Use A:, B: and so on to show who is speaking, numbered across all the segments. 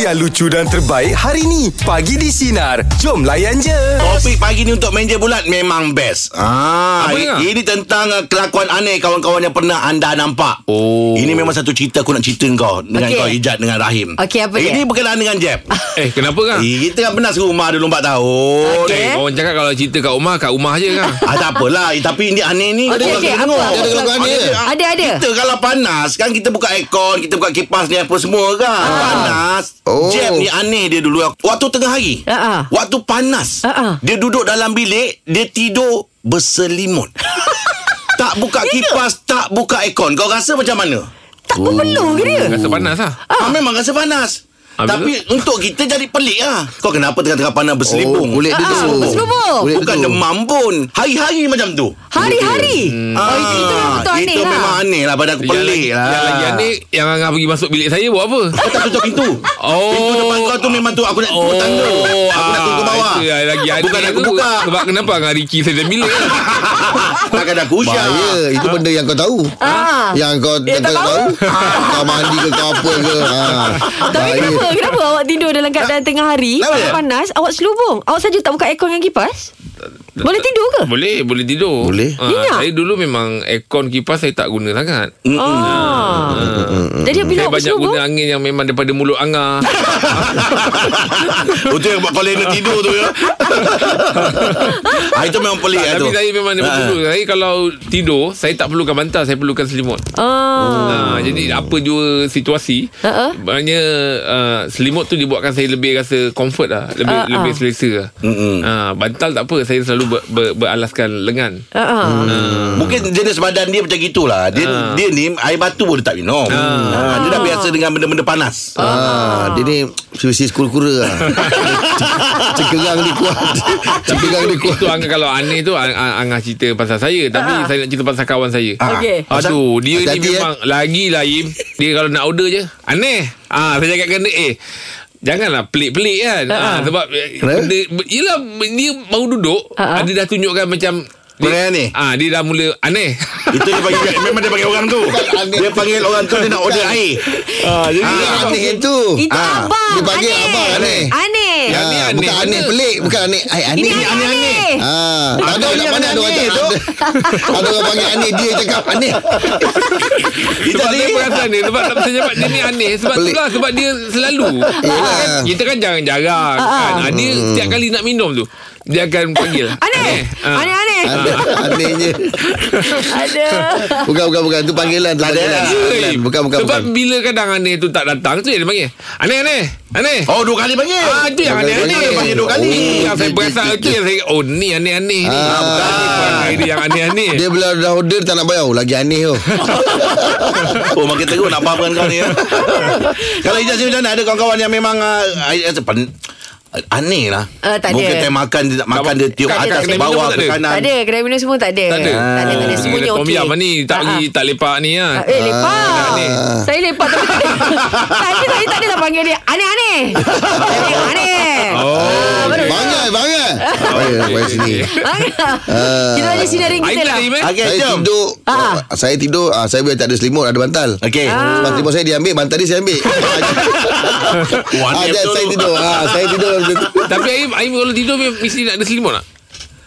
A: yang lucu dan terbaik hari ni. Pagi di Sinar. Jom layan je.
B: Topik pagi ni untuk meja bulat memang best. Ah, i-
C: Apa dengar?
B: ini tentang uh, kelakuan aneh kawan-kawan yang pernah anda nampak.
C: Oh.
B: Ini memang satu cerita aku nak cerita kau dengan
D: Okey.
B: kau Ijat dengan Rahim. Eh,
D: Okey, apa dia?
B: Ini berkenaan dengan Jeb.
C: Eh kenapa kan?
B: Eh, kita kan pernah serumah dulu 4 tahun.
D: Okey. Oh,
C: Eh? Orang cakap kalau cerita kat rumah Kat rumah je kan
B: Ah, tak apalah Eh, Tapi ini aneh ni
D: Okey, okey, apa, apa, Ada
B: kelakuan
D: apa?
B: aneh
D: Ada, ada.
B: Kita kalau panas Kan kita buka aircon Kita buka kipas ni Apa semua kan Panas oh. Jeb ni aneh dia dulu Waktu tengah hari
D: Ah, ah.
B: Waktu panas
D: Ah, ah.
B: Dia duduk dalam bilik Dia tidur Berselimut Tak buka kipas Tak buka aircon Kau rasa macam mana?
D: Tak berpeluh ke dia?
C: Rasa panas lah
B: Ah. memang rasa panas
C: Habis
B: Tapi untuk kita jadi pelik lah Kau kenapa tengah-tengah panas berselipung
E: Oh, kulit dia
D: Ah,
E: tu.
D: berselubung.
E: Kulit dia
B: Bukan
E: tu.
B: demam pun Hari-hari macam tu
D: Hari-hari. Oh, itu, itu memang betul
B: Ah.
D: aneh
B: Itu
D: lah.
B: memang aneh lah Pada aku
C: yang lagi,
B: pelik lah
C: yang lagi aneh Yang Angah pergi masuk bilik saya Buat apa?
B: Kau tak tutup pintu
C: Oh. ah,
B: Pintu depan kau tu memang tu Aku nak turun tangga Aku nak turun ke bawah
C: Itu yang lagi aneh
B: Bukan aku
C: tu.
B: buka
C: Sebab kenapa Angah Riki Saya dalam bilik kan?
B: Takkan aku usah
E: Bahaya Itu benda yang kau tahu
D: Ah.
E: Yang kau
D: Eh, tak
E: tak tahu Kau mandi ke kau apa ke ha.
D: Tapi kenapa? Kenapa awak tidur dalam keadaan tengah hari?
B: Kenapa dia?
D: Awak panas, awak selubung. Awak saja tak buka aircon dengan kipas? Boleh tidur ke?
C: Boleh Boleh tidur
E: Boleh.
C: Ah,
D: Minyak.
C: Saya dulu memang Aircon kipas saya tak guna sangat
B: Mm.
D: Ah. Jadi
C: Saya
D: bila awak
C: banyak
D: selubung,
C: guna angin Yang memang daripada mulut Angah
B: Itu yang buat kolena tidur tu ya ah, Itu memang pelik lah
C: Tapi
B: tu
C: saya memang daripada
B: Ah.
C: dulu Saya kalau tidur Saya tak perlukan bantal Saya perlukan selimut
D: ah.
C: Ha, jadi apa jua situasi
D: Ha-ha.
C: Maknanya uh, Selimut tu dibuatkan saya lebih rasa comfort lah Lebih,
D: Ha-ha.
C: lebih selesa lah
B: Mm-mm.
C: ha, Bantal tak apa Saya selalu ber, ber, beralaskan lengan
D: Ah, ah.
B: Mungkin jenis badan dia macam gitulah Dia
C: Ah.
B: dia ni air batu pun dia tak minum Ah, Dia dah biasa dengan benda-benda panas
E: Ah, dia ni Sisi kura-kura lah Cekerang dia kuat Cekerang dia kuat
C: Itu Angah kalau aneh tu Ang- Ang- Angah cerita pasal saya Tapi
D: Ha-ha.
C: saya nak cerita pasal kawan saya
D: Okey.
C: Aduh, dia ni
E: Hati-hati, eh.
C: memang lagi lah Im. Dia kalau nak order je, aneh. Ah, saya cakapkan dia, eh Janganlah pelik-pelik kan
D: Ha-ha.
C: ha, Sebab
E: Kenapa?
C: benda, Yelah Dia baru duduk
D: Ha-ha.
C: Dia dah tunjukkan macam
B: Perangai aneh?
C: Ah, Dia dah mula aneh
B: Itu dia panggil Memang dia panggil orang tu Dia panggil orang tu Dia nak order air ah, Jadi
E: Dia aneh itu
D: Itu
E: Ah,
D: abang.
E: Dia panggil
D: aneh.
E: abang aneh
D: Aneh.
E: Ah,
C: ni aneh
E: Bukan aneh
C: mana?
E: pelik Bukan aneh Ay,
D: Ini
E: Aneh
D: aneh-aneh.
E: Ah, tak ada
B: Abang
E: orang
B: yang
E: mana
B: aneh tu.
E: ada orang cakap aneh. Ada orang panggil aneh Dia cakap aneh
C: Sebab saya perasan dia Sebab tak saya cakap dia ni aneh Sebab
E: Pelik.
C: tu lah Sebab dia selalu
E: Yelah. Hmm.
C: kan, Kita kan jarang-jarang kan. Ah, Dia setiap kali nak minum tu Dia akan panggil
D: Aneh.
C: Ah.
D: Aneh-aneh.
E: Aneh Anehnya
D: Ada.
E: Bukan bukan bukan Itu panggilan Itu panggilan Itu panggilan.
C: Hey,
E: Ah, Bukan bukan
C: lah. Sebab
E: bukan
C: bila kadang aneh tu tak datang Tu yang dia panggil Aneh aneh Aneh
B: Oh dua kali panggil
C: Ah, itu yang
E: Bukan
C: aneh-aneh
E: dia panggil dua kali.
C: Oh, Yang saya
E: Dia-
C: perasan
E: dia-
C: itu yang saya Oh ni aneh-aneh ni
E: Ah.
C: ah, Bukan ni, perangai dia yang aneh-aneh
E: Dia bila dah order Tak nak bayar Oh, Lagi aneh tu
B: Oh makin teruk nak fahamkan kau ni ya. Kalau Ijaz ni macam mana Ada kawan-kawan yang memang uh, pen, Aneh lah
D: Eh, tak ada.
B: Mungkin time makan Dia tak makan Dia tiup
C: Tak ada.
B: atas
C: Kena minum
B: bawah
C: pun tak ada.
B: ke kanan
D: Tak ada. Kedai minum semua tak ada.
C: Tak ada
D: Tak ada. Tak ada.
C: Ah.
D: Semuanya
C: Tom
D: okey.
C: Yum ni Tak
D: Ah,
C: pergi
D: ah.
C: tak lepak ni ha.
D: Ah, Eh lepak
C: Aneh.
D: Saya lepak Tapi tak Tapi saya tak adalah panggil dia Aneh-aneh Aneh-aneh
E: Eh,
C: Oh
E: Bangai Bangai Bangai Bangai sini Ah. Eh,
D: Kita ada sinarin
C: Aib
D: kita
C: tak
D: lah
C: Aim eh
B: Okay
E: Saya
B: jom
E: tidur
D: Ah.
E: Saya tidur ah, Saya bila tak ada selimut Ada bantal
B: Okay
E: Sebab selimut saya diambil Bantal dia saya ambil
B: Wah,
E: ah,
B: aneh betul
E: jap, Saya
B: tu.
E: tidur ah, Saya tidur Ah, macam tu.
C: Tapi Aim Aim kalau tidur Mesti nak ada selimut tak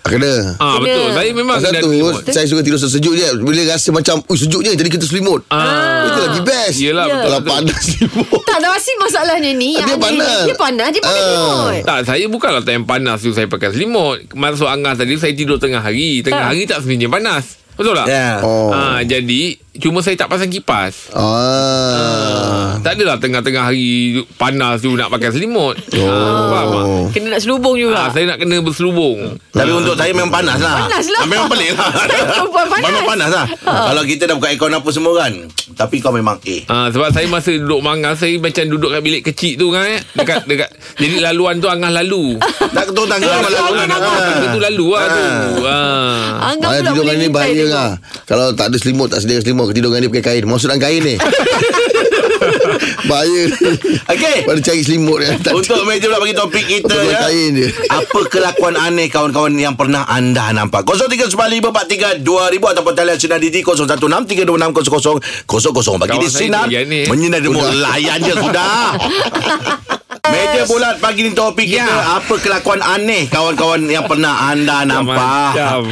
E: Ah, Kena
C: Ah
D: Kena.
C: betul Saya memang
E: Pasal
C: kena ada
E: tu
C: selimut
E: Saya suka tidur sejuk je Bila rasa macam Ui sejuk je Jadi kita selimut
C: Ah.
E: Itu lagi best
C: Yelah, betul,
E: Kalau
C: betul.
E: panas selimut
D: Tak tahu asyik masalahnya ni
E: Dia
D: Yang
E: panas.
D: Dia panas Dia pakai
E: Ah.
D: selimut
C: tak, saya bukanlah time panas tu saya pakai selimut. Masuk angas tadi saya tidur tengah hari. Tengah
D: Ah.
C: hari tak sebenarnya panas. Betul tak?
B: Ya.
E: Oh.
C: Ah, jadi cuma saya tak pasang kipas.
E: Ah.
C: Ah. Tak adalah tengah-tengah hari panas tu nak pakai selimut. Oh. Ah, faham tak?
D: Kena nak selubung
C: Ah,
D: juga
C: saya nak kena berselubung.
B: Tapi untuk saya memang panas lah
D: Panas lah.
B: Memang pelik lah
D: Saya perempuan panas. Ah.
B: Memang panas lah Kalau kita dah buka aircon apa semua kan Tapi kau memang eh
C: Ah, sebab saya masa duduk mangas saya macam duduk kat bilik kecil tu kan eh. Dekat dekat jadi laluan tu angah lalu.
B: Nak ketuk tangga
D: Jangan
B: malam
D: jangan,
B: malam.
D: Angah.
B: Ah.
C: Angah tu lalu lah tu. Ah.
D: Anggap pula
E: Malah tidur
D: boleh
E: dengan ni
D: lipat
E: bahaya
D: tengok.
E: lah Kalau tak ada selimut Tak sedia selimut Kau tidur dengan dia pakai kain Masuk dalam kain ni Bahaya
B: Okey.
E: Baru cari selimut dia tak
B: Untuk meja pula bagi topik kita
E: Untuk
B: ya.
E: kain dia.
B: Apa kelakuan aneh kawan-kawan yang pernah anda nampak? 0395432000 ataupun talian sinar di 0163260000 bagi
C: Kawan
B: di
C: saya
B: sinar
C: tu lagi aneh.
B: menyinari demo layan je sudah. Meja bulat pagi ni topik kita
C: Ya.
B: Apa kelakuan aneh Kawan-kawan yang pernah anda nampak
C: Ah. Macam.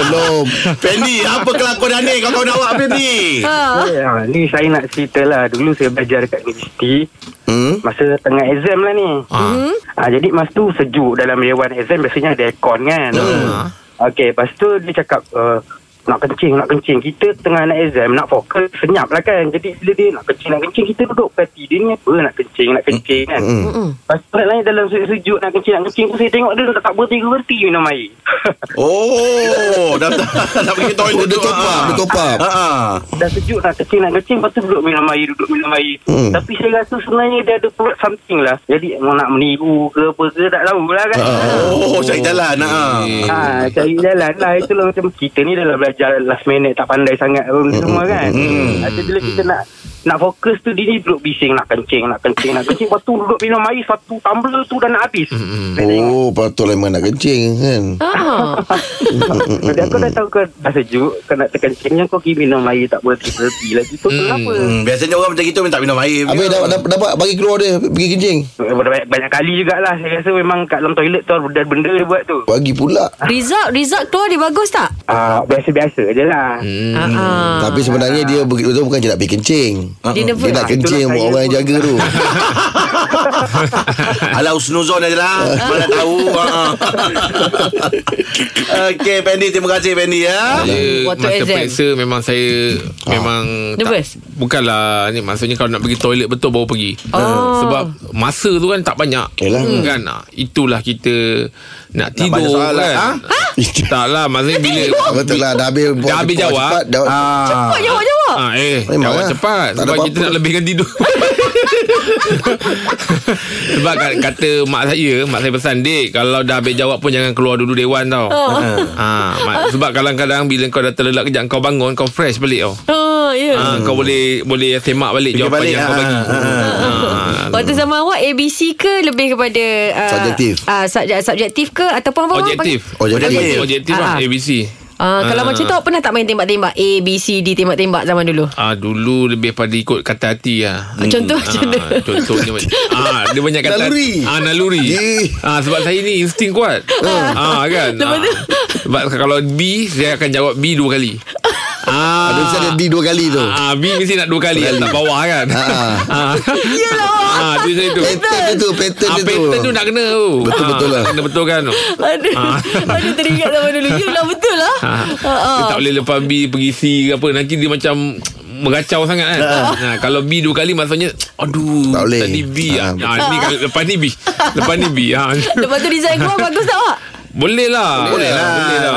E: Belum
B: Fendi Apa kelakuan aneh Kawan-kawan awak Fendi
F: Ha, ni saya nak cerita lah Dulu saya belajar dekat universiti
E: hmm?
F: Masa tengah exam lah ni
C: Ha.
F: ha, Jadi masa tu sejuk dalam dewan exam Biasanya ada aircon kan
B: Hmm.
F: Okey, lepas tu dia cakap uh, Nak kencing, nak kencing Kita tengah nak exam Nak fokus, senyap lah kan Jadi bila dia nak kencing, nak kencing Kita duduk perhati Dia ni apa nak kencing, nak kencing kan Lepas tu lain dalam sejuk nak kencing, nak kencing tu Saya tengok dia tak, tak berhenti-berhenti minum air
B: Oh Dah tak Nak pergi toilet
E: Oh, dia top up, dia top up.
B: Ha, ha.
F: dah sejuk nak kecil nak kecil lepas tu duduk minum air duduk minum air
E: Hmm.
F: hmm. tapi saya rasa sebenarnya dia ada perut something lah jadi mau nak meniru ke apa ke tak tahu lah kan
B: Oh Cari jalan ha.
F: Ha, cari jalan lah Itulah macam Kita ni dalam belajar Last minute tak pandai sangat Apa hmm. semua kan hmm. Jadi bila kita nak Nak fokus tu Dia ni duduk bising Nak kencing Nak kencing Nak kencing Lepas tu duduk minum air Satu tumbler tu dah nak habis hmm.
E: Oh patutlah memang nak kencing kan
D: Ah.
F: Hmm, Jadi aku dah tahu kau dah sejuk Kau nak terkencing Kau pergi minum air Tak berhenti-berhenti lagi Tu kenapa
B: Hmm, Biasanya orang macam gitu Minta minum air
E: Habis dapat, dapat, dapat bagi keluar dia Pergi kencing
F: banyak, banyak kali jugalah Saya rasa memang kat dalam toilet tu Ada benda dia buat tu
E: Bagi pula
D: Result Result keluar dia bagus tak?
F: Ah, Biasa-biasa je lah
D: Hmm. Ah.
E: Tapi sebenarnya dia begitu bukan je nak pergi kencing.
D: Dia nervous.
E: Dia nak kencing
F: Itulah
E: buat
F: saya
E: orang yang
F: pun.
E: jaga tu.
B: Alah usnuzon je lah Mana tahu ha. Okey Fendi Terima kasih Fendi ya
C: Saya
D: Waktu
C: masa
D: exam. Ah.
C: periksa memang saya memang
D: Nervous?
C: tak, bukanlah ni maksudnya kalau nak pergi toilet betul baru pergi.
D: Oh.
C: Sebab masa tu kan tak banyak.
E: Yalah.
C: Hmm. Kan ah, itulah kita nak
B: banyak
C: tidur
B: soalan.
C: kan.
B: Ha?
C: Tak lah Maksudnya bila
E: Betul lah dah habis buat
C: Dah habis
E: cepat-
C: jawab.
E: cepat, jawab.
B: Ah.
D: Kau jawab-jawab.
C: Ah, eh,
E: Memang
C: jawab
E: lah.
C: cepat
E: Tak ada
C: sebab kita
E: apa-apa.
C: nak lebihkan tidur. sebab kat- kata mak saya, mak saya pesan, "Dik, kalau dah habis jawab pun jangan keluar dulu dewan tau."
D: Oh.
C: Ah, mak, sebab kadang-kadang bila kau dah terlelap kejap kau bangun kau fresh balik tau.
D: Ah, ya.
C: Ah, kau boleh boleh semak balik
B: Fikir
C: jawapan
B: balik,
C: yang kau
B: ah,
C: bagi.
B: ah,
C: Ah.
D: Waktu zaman awak ABC ke lebih kepada uh,
E: Subjektif.
D: Uh, subjek, subjektif ke ataupun apa? orang
C: Objektif.
D: panggil?
E: Objektif.
C: Objektif lah
D: Ah, ah.
C: ABC.
D: Ah, kalau macam tu awak pernah tak main tembak-tembak A, B, C, D tembak-tembak zaman dulu?
C: Ah dulu lebih pada ikut kata hati lah.
D: Ah, contoh macam mana?
C: Contohnya macam ah dia banyak kata
E: Naluri.
C: Ah naluri.
E: Eh.
C: Ah sebab saya ni insting kuat. ah kan.
D: Lepas
C: ah.
D: tu?
C: Sebab kalau B saya akan jawab B dua kali. Ah.
E: Ada mesti ada D dua kali tu.
C: Ah, B mesti nak dua kali Tak bawah kan
E: Ah.
C: ah. Yelah ah, tu saya tu
E: Pattern dia tu, pattern
C: ah,
E: dia tu.
C: Pattern tu nak kena tu
E: Betul-betul
C: Ah,
E: lah.
C: Kena betul kan tu
D: Aduh, aduh teringat zaman dulu. Yelah betul lah.
C: Ah.
D: Ah, ah.
C: Dia tak boleh lepas B pergi C ke apa Nanti dia macam Meracau sangat kan ha, Kalau B dua kali maksudnya Aduh
E: Tak boleh.
C: Tadi B
E: Ah,
C: ha, ha, ni, kali- Lepas ni B Lepas ni B ha.
D: Lepas tu design keluar bagus tak awak?
C: Boleh lah
B: Boleh lah.
C: Boleh lah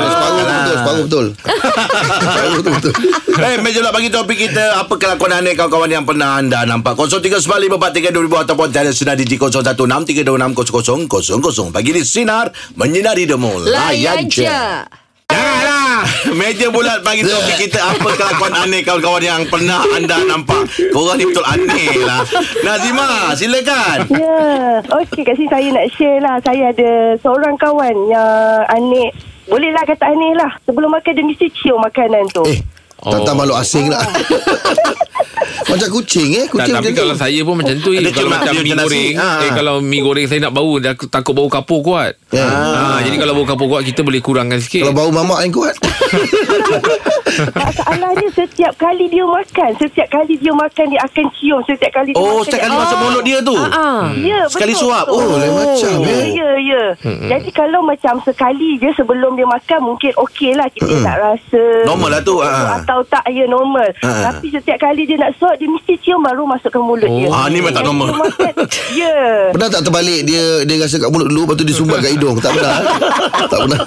E: Separuh tu betul, separuh betul. Separuh tu betul.
B: Eh, meja pula bagi topik kita Apa kelakuan aneh kawan-kawan yang pernah anda nampak 0395432000 Ataupun talian sinar di 0166360000 Pagi di Sinar Menyinari Demo
D: Layan je. Ah.
B: Janganlah Meja bulat bagi topik kita Apa kelakuan aneh kawan-kawan yang pernah anda nampak Korang ni betul aneh lah Nazima, silakan
G: Ya, okey kat sini saya nak share lah. Saya ada seorang kawan yang aneh. Boleh lah kata aneh lah. Sebelum makan dia mesti cium makanan tu.
E: Eh,
C: Oh.
E: Tantang makhluk asing lah Macam kucing eh
C: tak,
E: Kucing
C: tapi kalau
E: macam tu
C: saya pun macam tu eh.
B: Ada
C: Kalau
B: cuma-
C: macam
B: dia
C: mie
B: macam nasi.
C: goreng
B: Ah.
C: eh, Kalau mie goreng saya nak bau dah, Takut bau kapur kuat
E: Ya.
C: Ah, Jadi kalau bau kapur kuat Kita boleh kurangkan sikit
E: Kalau bau mamak yang kuat
G: Masalahnya setiap kali dia makan, setiap kali dia makan dia akan cium. Setiap kali dia
B: Oh,
G: makan.
B: setiap
G: dia
B: kali
G: akan
B: masuk
G: cium.
B: mulut dia tu
D: Ah.
G: Ya, betul.
B: Sekali suap.
G: betul.
E: Oh, lain macam, eh.
G: Ya, ya. Jadi kalau macam sekali je sebelum dia makan mungkin okey lah kita tak rasa.
B: Normal lah tu, ah.
G: Atau tak ya normal.
B: Ah.
G: Tapi setiap kali dia nak suap dia mesti cium baru masuk ke mulut
C: Oh,
G: dia.
B: ah, ni memang tak
G: Jadi
B: normal.
G: dia makan, ya.
E: Pernah tak terbalik Dia dia rasa kat mulut dulu Lepas tu dia sumbat kat hidung Tak pernah eh. Tak pernah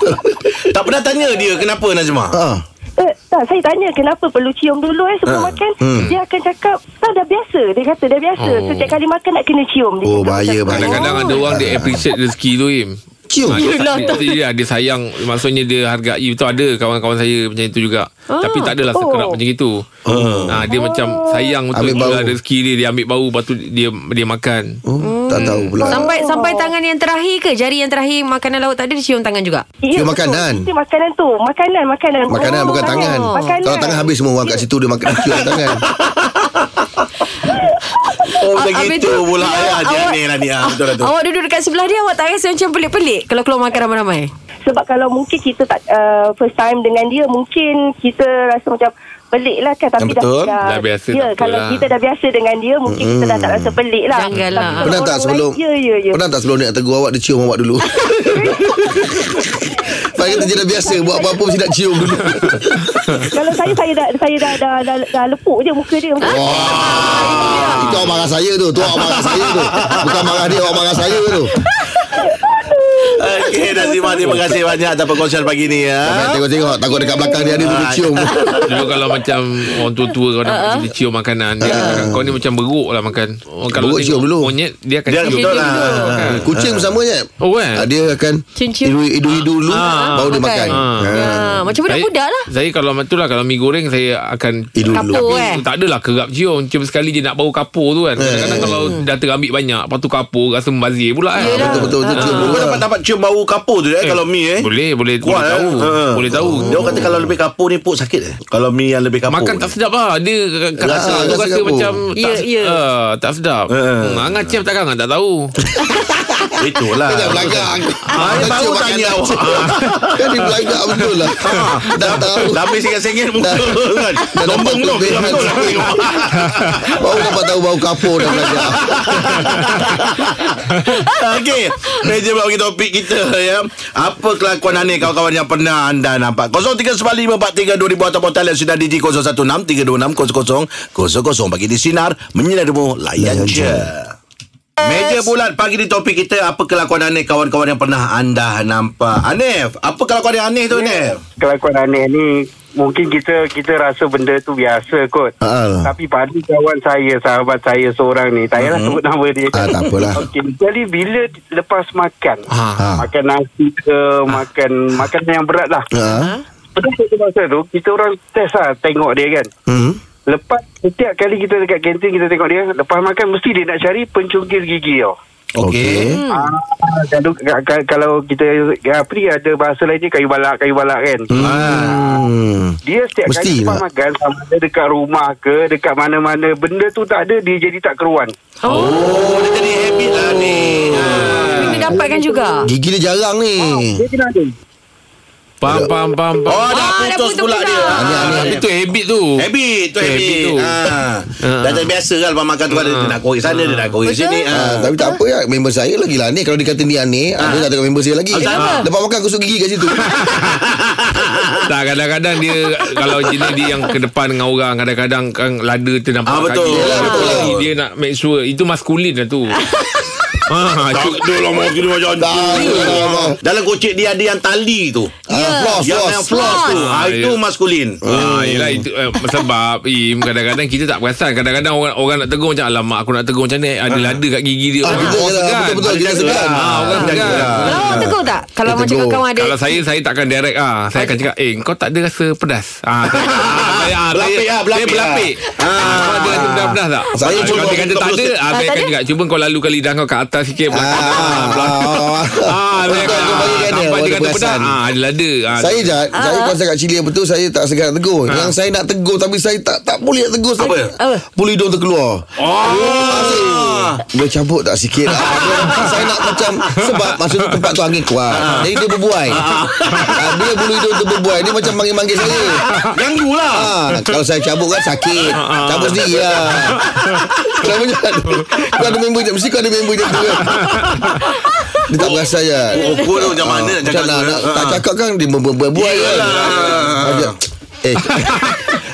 B: Tak pernah tanya dia kenapa Nazima
E: ha.
G: Eh, tak, saya tanya kenapa perlu cium dulu eh sebelum makan. Dia akan cakap, tak dah biasa. Dia kata dah biasa.
C: Oh.
G: Setiap kali makan nak kena cium. Dia
E: Oh,
G: cakap
E: bahaya,
G: macam tu.
E: bahaya.
C: Kadang-kadang ada orang Dia appreciate rezeki tu Im
E: Cium
C: Ah, dia, dia, dia, dia sayang Maksudnya dia hargai Betul ada kawan-kawan saya Macam itu juga ah. Tapi tak adalah sekerap
G: Oh.
C: macam itu ah. Dia macam sayang betul
E: Ambil
C: Ambil
E: bau.
C: bau. rezeki dia Dia ambil bau Lepas tu dia, dia makan
E: oh, Tak tahu pula
D: Sampai sampai tangan yang terakhir ke jari yang terakhir makanan laut tak ada dia cium tangan juga.
G: Ya,
E: Cium
G: betul.
E: makanan.
G: Mesti makanan tu. Makanan, makanan.
E: Makanan
G: Oh,
E: bukan tangan
G: Makanan.
E: Kalau tangan habis semua orang kat situ Dia makan cium tangan
B: Oh
D: Ah,
B: macam
D: habis
B: gitu
D: tu,
B: pula
D: bila
B: ya Dia
D: awak-
B: aneh lah ni Ah, Betul lah tu
D: Awak duduk dekat sebelah dia Awak tak rasa macam pelik-pelik Kalau keluar makan ramai-ramai
G: Sebab kalau mungkin kita tak uh, first time dengan dia mungkin kita rasa macam pelik lah kan
B: Yang
G: tapi
B: betul.
G: dah,
C: Dah biasa,
G: ya,
C: tak apa
G: kalau
C: lah.
G: kita dah biasa dengan dia mungkin kita dah tak rasa pelik lah
D: Jangan lah.
G: Tapi kalau
E: Ah. Pernah tak
G: orang
E: sebelum
G: lain, ya ya ya
E: Pernah tak sebelum dia nak tegur awak Dia cium awak dulu Sebab kita je dah biasa Buat apa-apa mesti nak cium dulu
G: kalau saya saya dah saya dah dah, dah, dah lepuk je muka dia macam
E: Wah Itu awak marah saya tu Tu awak marah saya tu Bukan marah dia Awak marah saya tu
B: Okey Nazimah Terima kasih banyak Atas perkongsian pagi ni ya
E: Jangan Tengok-tengok Takut dekat belakang dia Ada tu dia cium
C: Dulu kalau macam Orang tua-tua Kau nak uh-huh. cium makanan Dia akan cakap, Kau ni macam beruk lah makan Orang kalau
E: Ah. Beruk cium
C: tengok
E: dulu.
C: Monyet Dia akan
B: Dia
C: cium
B: betul lah
C: Kan?
E: Ah, Kucing pun sama je
C: Oh, eh?
E: Ah, Dia akan
D: Cium-cium.
E: Hidu-hidu dulu
C: Ah,
E: Baru dia
D: makan.
E: makan
C: Ah.
E: Ah.
D: ha. Macam budak-budak lah
C: Saya kalau itulah Kalau mi goreng Saya akan
E: Hidu dulu
D: Kapur eh
C: Eh. Tak adalah kerap cium Cium sekali je nak bau kapur tu kan
D: Eh.
C: Kadang-kadang kalau dah terambil banyak Lepas tu kapur rasa membazir pula kan
D: Yelah.
E: Betul-betul cium dulu
B: Kau
E: lah.
B: dapat dapat cium bau kapur tu Ah. eh Kalau mi eh
C: Boleh Boleh,
B: Kuat,
C: boleh
B: eh?
C: tahu
B: Ha.
C: Boleh tahu
B: Dia orang kata kalau lebih kapur ni pun sakit eh Kalau mi yang lebih kapur
C: Makan tak
B: ni.
C: sedap lah Dia rasa,
E: Rasa-
C: rasa,
E: rasa
C: rasa
E: kapur.
C: macam
D: Ya,
C: tak,
D: ya.
C: ah, tak sedap
B: Eh.
C: hmm, Angan cium takkan Angan tak tahu
B: Itulah
E: Dia kat belakang
B: Ah, dia baru tanya awak.
E: Kan dia belakang betul lah Dah tahu
B: Dah habis sengit-sengit muka kan
E: Dah
B: Lombong
E: dapat
B: tu
E: lebih.
B: gelap tu lah.
E: Baru dapat tahu bau kapur dah belakang
B: Okey Meja pula bagi topik kita ya Apa kelakuan aneh kawan-kawan yang pernah anda nampak 0395432000 Ataupun talian sinar DJ 0163260000 Bagi di sinar Menyinari demo Layan je Meja bulat pagi di topik kita Apa kelakuan aneh kawan-kawan yang pernah anda nampak Anif Apa kelakuan yang aneh tu Anif?
F: Kelakuan aneh ni Mungkin kita kita rasa benda tu biasa kot
E: Ah.
F: Tapi pada kawan saya Sahabat saya seorang ni Tak payahlah sebut nama dia
E: Ah, tak apalah.
F: okay. Jadi bila lepas makan
E: Ah.
F: Makan nasi ke Makan Makan yang berat lah
E: Ah.
F: Betul masa tu Kita orang test lah Tengok dia kan
E: Hmm.
F: Lepas Setiap kali kita dekat kantin Kita tengok dia Lepas makan Mesti dia nak cari Pencungkil gigi tau
B: Okey.
E: Okey.
F: Ah, kalau, ka- kalau kita apa ni ada bahasa lain ni kayu balak kayu balak kan
E: Hmm.
F: dia setiap
E: Mesti
F: kali lepas
E: lah.
F: makan sama ada dekat rumah ke dekat mana-mana benda tu tak ada dia jadi tak keruan
B: Oh dia jadi habit lah ni Ah.
D: Kena dapatkan juga
E: Gigi dia jarang ni.
F: dia kena ada
C: Faham, faham, faham, faham.
B: Oh dah
D: Ah, dah
B: putus
D: putus
B: pula
D: pula.
B: dia
E: Aneh,
C: Ah,
E: aneh.
C: tapi tu habit tu.
B: Habit tu habit,
C: Habit tu.
B: tu. Ha. Dah tak biasa kan lepas makan tu ada dia nak korek sana dia nak korek sini. Ha.
E: Ah, tapi tak apa ya Member saya lagi lah ni Kalau dia kata ni aneh ah. Dia tak tengok member saya lagi
B: Kenapa?
E: Lepas makan kusuk gigi kat situ
C: Tak, kadang-kadang dia kalau jenis dia yang ke depan dengan orang, kadang-kadang kan lada tu nampak
B: Ah, betul.
C: kaki.
B: Yelah,
E: betul.
C: Jadi Dia nak make sure itu maskulin lah tu. ha, itu
B: dia lah mau gini macam
E: Tak ah,
B: Dalam kocik dia ada yang tali tu.
E: ah, Floss
B: Yang
E: Floss
B: yang floss tu.
C: Floss.
B: Ha,
C: Ah,
B: itu
C: ya.
B: maskulin.
C: Ah, yelah itu eh, sebab Im kadang-kadang kita tak perasan. Kadang-kadang orang orang nak tegur macam alamak aku nak tegur macam ni ada lada kat gigi dia.
E: Ah,
C: Orang-
E: kita
C: orang
E: je lah,
C: segan.
E: betul-betul, kita
C: kan. Ada
E: segan.
C: jaga. Ah, orang
E: Ah,
C: segan.
D: Kalau awak tegur tak Kalau
E: Dia
D: macam
E: tegur.
D: kawan ada
C: Kalau saya saya takkan direct ah. Saya akan cakap, "Eh, kau tak ada rasa pedas." Ah. saya- ah, saya-
B: Berlapik
E: lah,
B: ah, berlapik
C: Dia berlapik.
B: ah.
C: Ah, kau ada rasa pedas-pedas tak?
E: Saya
C: Ah,
E: cuba
C: kalau dia kata tak ada, ah, saya
D: tak
C: akan
D: ada?
C: cakap, "Cuba kau lalukan lidah kau ke atas sikit." belakang."
E: Ah,
C: Ah,
E: ah, ah.
C: saya
E: Betul,
C: akan-
E: kau bagikan dia,
C: sampai dia
E: orang
C: kata
E: perasan.
C: pedas. Ah, ada lada. Ah,
E: Saya jat Saya kalau saya kat Chili apa tu Saya tak segan nak tegur
B: Ah.
E: Yang saya nak tegur Tapi saya tak tak boleh nak tegur Apa?
D: Apa?
E: Bulu hidung terkeluar
B: Oh.
E: Boleh cabut tak sikit ah, dia- Saya nak macam Sebab masa tu tempat tu angin kuat Jadi dia berbuai ah, Bila bulu hidung tu berbuai Dia macam manggil-manggil saya
B: Ganggu lah. Ah,
E: ah, Kalau saya cabut kan sakit Cabut sendiri lah Kenapa je Kau ada member je Mesti kau ada member je Dia tak berasa je
B: Oh, kau tu macam mana nak
E: Macam
B: cakap
E: nak,
B: tu?
E: nak Tak
B: Ah.
E: cakap kan Dia ber- ber- berbuai kan
B: Yelah.
E: Macam, Eh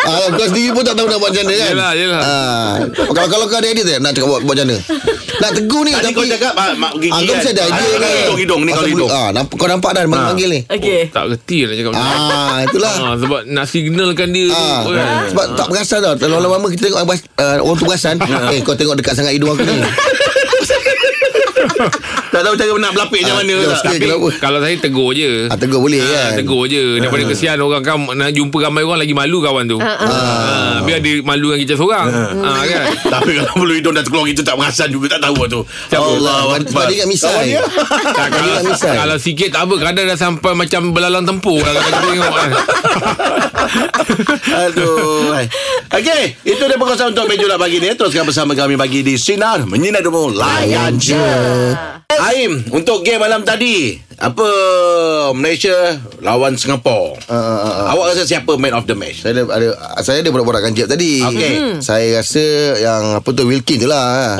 E: Ah, kau sendiri pun tak tahu nak buat macam mana kan
C: Yelah, yelah.
E: ah, Kalau kalau kau ada idea tak Nak cakap buat, buat macam mana Nak tegur ni
B: Tadi
E: tapi
B: kau cakap ah, mak gigi.
E: Ah, kau mesti ada idea
B: ni.
E: kan
B: Hidung-hidung ni
E: Pasal
B: kau
E: bulu-
B: hidung.
E: ah, namp- Kau nampak dah Manggil-manggil ni
D: Okay
C: tak reti lah cakap macam mana.
E: Ah, itulah
C: Ah, sebab nak signalkan dia tu,
E: Ah,
C: kan.
E: sebab tak perasan tau Kalau lama-lama kita tengok ah, abas, uh, Orang tu perasan Eh kau tengok dekat sangat hidung aku ni
B: Tak tahu cara nak berlapik macam
E: Ah,
B: mana
E: jauh
B: tak.
E: sikit.
C: Tapi
E: kenapa?
C: kalau saya tegur je.
E: Ah, tegur boleh, kan?
C: Tegur je. Daripada kesian orang kan nak jumpa ramai orang lagi malu kawan tu.
D: Ah,
C: Ha.
E: Ah.
C: biar dia malu dengan kita seorang. Ha, kan.
B: Tapi kalau bulu hidung dah terkeluar Kita tak perasan juga Tak tahu lah tu Allah
E: Ah, Sebab dia ingat misai
C: Tak, kalau,
E: Dia tak misai.
C: kalau sikit tak apa Kadang dah sampai macam belalang tempur lah, Kalau kita tengok kan
E: Ah.
B: Aduh hai. Okey Itu dia perkongsian untuk Meja Bulat pagi ni Teruskan bersama kami Pagi di Sinar Menyinar Demo Layan je Aim Untuk game malam tadi Apa Malaysia Lawan Singapura
E: Ah, ah, ah, ah.
B: Awak rasa siapa Man of the match
E: Saya ada, ada saya ada borak-borakan jap tadi. Hmm.
B: Okey. Mhm.
E: Saya rasa yang apa tu Wilkin je lah.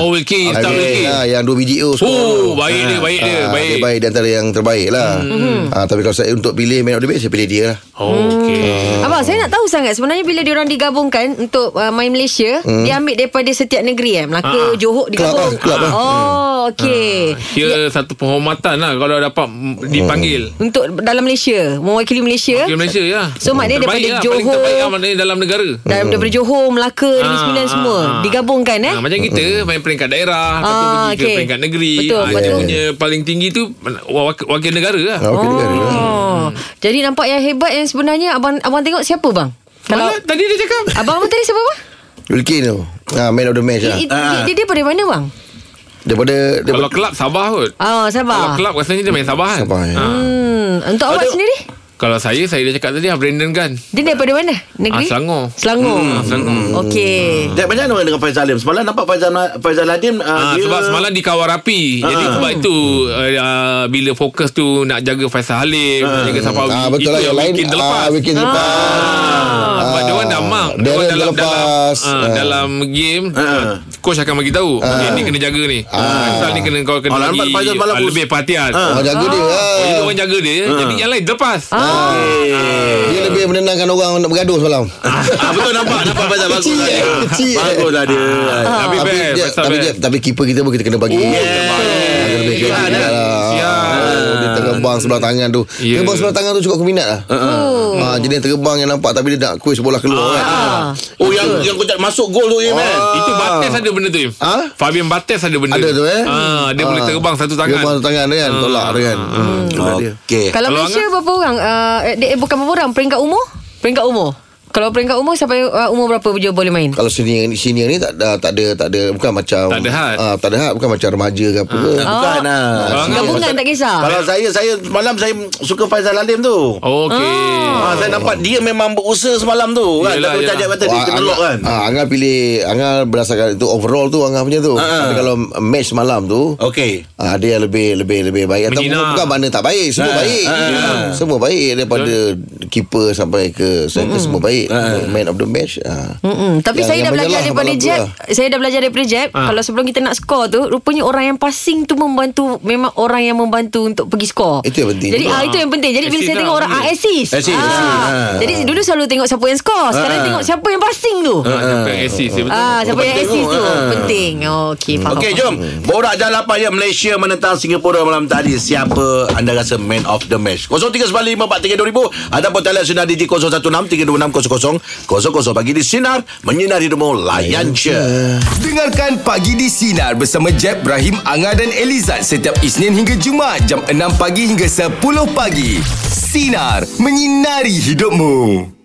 C: Hmm. Oh, Wilkin, Star Wilkin.
E: Ah, yang 2 BDO
C: Oh baik dia Baik dia Baik,
E: Ah,
C: Hmm.
E: Dia baik di antara yang terbaik lah. Mm-hmm. Ah, tapi kalau saya untuk pilih man of the match, saya pilih dia lah.
C: Okey
D: Abang saya nak tahu sangat Sebenarnya bila diorang digabungkan Untuk uh, main Malaysia hmm. Dia ambil daripada setiap negeri eh Melaka, uh,
C: Ah,
D: Johor digabung
E: Kelab lah, kelab lah.
D: Oh okay
C: Kira
D: Ya.
C: satu penghormatan lah Kalau dapat mm,
E: Ah.
C: dipanggil
D: Untuk dalam Malaysia Mewakili Malaysia
C: Kira Malaysia ya
D: So, maknanya daripada
C: Terbaik lah, paling
D: Johor-
C: Terbaik lah maknanya dalam negara
D: Dar-
E: Hmm.
D: Daripada Johor, Melaka, Negeri
C: Ah,
D: Sembilan
C: ah,
D: semua
C: ah.
D: Digabungkan eh
C: Ha, macam kita main peringkat daerah, lepas tu
D: Ah,
C: pergi
D: okey.
C: ke peringkat negeri.
D: Betul,
C: Ah,
D: lepas
C: dia
D: tu-
C: punya paling tinggi tu wakil, wakil negara lah.
E: Ah, Okey oh. negara.
D: Oh. Jadi nampak yang hebat yang sebenarnya abang abang tengok siapa bang? Kalau
C: Mana tadi dia cakap?
D: abang apa tadi siapa bang?
E: Wilkin tu. Ah, man of the match lah.
D: I- i- Dia dia daripada mana bang?
E: Daripada,
C: Kalau
E: daripada
C: kelab Sabah
D: Oh,
C: kot. Kalau
D: sabar.
C: kelab rasanya dia main Sabah kan.
E: Sabah, ya.
C: Ha.
D: Hmm, untuk awak sendiri?
C: Kalau saya, saya dah cakap tadi lah Brandon kan.
D: Dia daripada mana? Negeri?
C: Ah, Selangor.
D: Selangor.
C: Hmm, Selangor.
D: Okey.
B: Dan macam mana dengan Faizal Alim Semalam nampak Faizal, Faizal Alim uh,
C: Ah,
B: dia...
C: sebab semalam di kawal rapi. Jadi
E: Ah.
C: sebab itu uh, uh, bila fokus tu nak jaga Faisal Halim, nak jaga Safawi.
E: ah, betul lah yang lain.
C: Weekend
E: Ah,
C: terlepas.
E: Weekend lepas.
C: Ah, sebab
E: Ah,
C: dia orang dah mark Dia
E: Darren
C: orang dalam
E: dah lepas.
C: dalam,
E: Ah.
C: ah, dalam game
B: Ah.
C: ah, coach akan bagi tahu okay, ni kena jaga ni asal ni kena kau kena
B: Ah, nampak
C: bagi
B: Faizal malam
C: ah, lebih perhatian
E: Orang jaga dia lah.
C: Oh, jadi orang jaga dia Jadi yang lain lepas Ah.
E: Dia lebih menenangkan orang nak bergaduh semalam.
B: ah, Betul nampak Nampak Faizal bagus
E: Kecil,
B: lah dia
E: kecil.
B: Bagus lah dia
C: Tapi
E: Ah, Tapi
C: best
E: dia,
C: Faizal
E: tapi,
C: best.
E: dia, tapi keeper kita pun kita kena bagi. Yeah. Kena bagi
C: Sial.
E: kredit juga lah.
C: Sial.
E: Oh, Dia terbang sebelah tangan tu.
C: eh? Ya. Ah, Oh.
E: Terbang sebelah tangan tu cukup keminat lah. Ha, jadi yang terbang yang nampak tapi dia nak kuis bola keluar kan.
C: Ah.
B: Oh yang yang kau tak masuk gol tu ya man
C: Itu Bates ada benda tu Im
E: Ha?
C: Fabian Bates ada benda
E: Ada tu eh.
C: ah, Dia boleh
E: Ah.
C: terbang satu tangan Ah.
E: Terbang satu tangan tu kan. Tolak tu kan. Hmm, itulah dia.
B: Okey
D: Kalau
C: Kalau
D: Malaysia berapa orang? Uh, eh, dia, eh, bukan berapa orang, peringkat umur? Peringkat umur. Kalau peringkat umur sampai uh, umur berapa dia boleh main?
E: Kalau senior ni senior ni tak ada tak ada tak ada bukan macam
C: Tak ada Ah, had.
E: Ah, tak ada had bukan macam remaja ke apa ke.
B: Bukan lah
C: Kalau Angah-
D: Gabungan tak kisah.
B: Kalau saya saya Semalam saya suka Faizal Alim tu
C: Okey
B: Ah, saya nampak dia memang berusaha semalam tu kan.
C: Yelah,
B: Tapi
C: yelah.
B: Cajak kata dia
E: Wah,
B: kena lock kan.
E: Ah, Angah pilih Angah berdasarkan itu overall tu Angah punya tu.
B: Ah.
E: Tapi kalau match malam tu
B: Okey.
E: Ah, dia lebih lebih lebih baik atau
C: Menyinar.
E: bukan mana tak baik
B: Ah,
E: semua baik Ya. semua baik daripada keeper sampai ke striker semua baik
B: Ah.
E: man of the match ah.
D: Mm-mm. Tapi
E: Yang-
D: saya
E: yang
D: dah belajar
E: menyelah
D: daripada
E: malam tu
D: Jeb
E: lah.
D: Saya dah belajar daripada Jeb
C: Ah.
D: Kalau sebelum kita nak skor tu Rupanya orang yang passing tu membantu Memang orang yang membantu untuk pergi skor
E: Itu yang penting.
D: Jadi ah, itu yang penting Jadi bila
C: Assist
D: saya
C: lah,
D: tengok orang ah,
C: boleh.
D: Assist
B: Assist, assist. Ah.
D: Jadi dulu selalu tengok siapa yang skor Sekarang tengok siapa yang passing tu
C: Ah, Siapa yang assist dia betul
D: Ah, Siapa yang assist tu Penting Oh, Okey faham
B: Okey, jom.
E: Hmm.
B: Borak jalan apa ya Malaysia menentang Singapura malam tadi. Siapa anda rasa man of the match? 0395432000 ataupun talian sinar di 0163260000 bagi di sinar menyinari demo layan je.
A: Dengarkan Pagi di Sinar bersama Jeb, Ibrahim, Anga dan Elizad setiap Isnin hingga Jumaat jam 6 pagi hingga 10 pagi. Sinar. Menyinari hidupmu.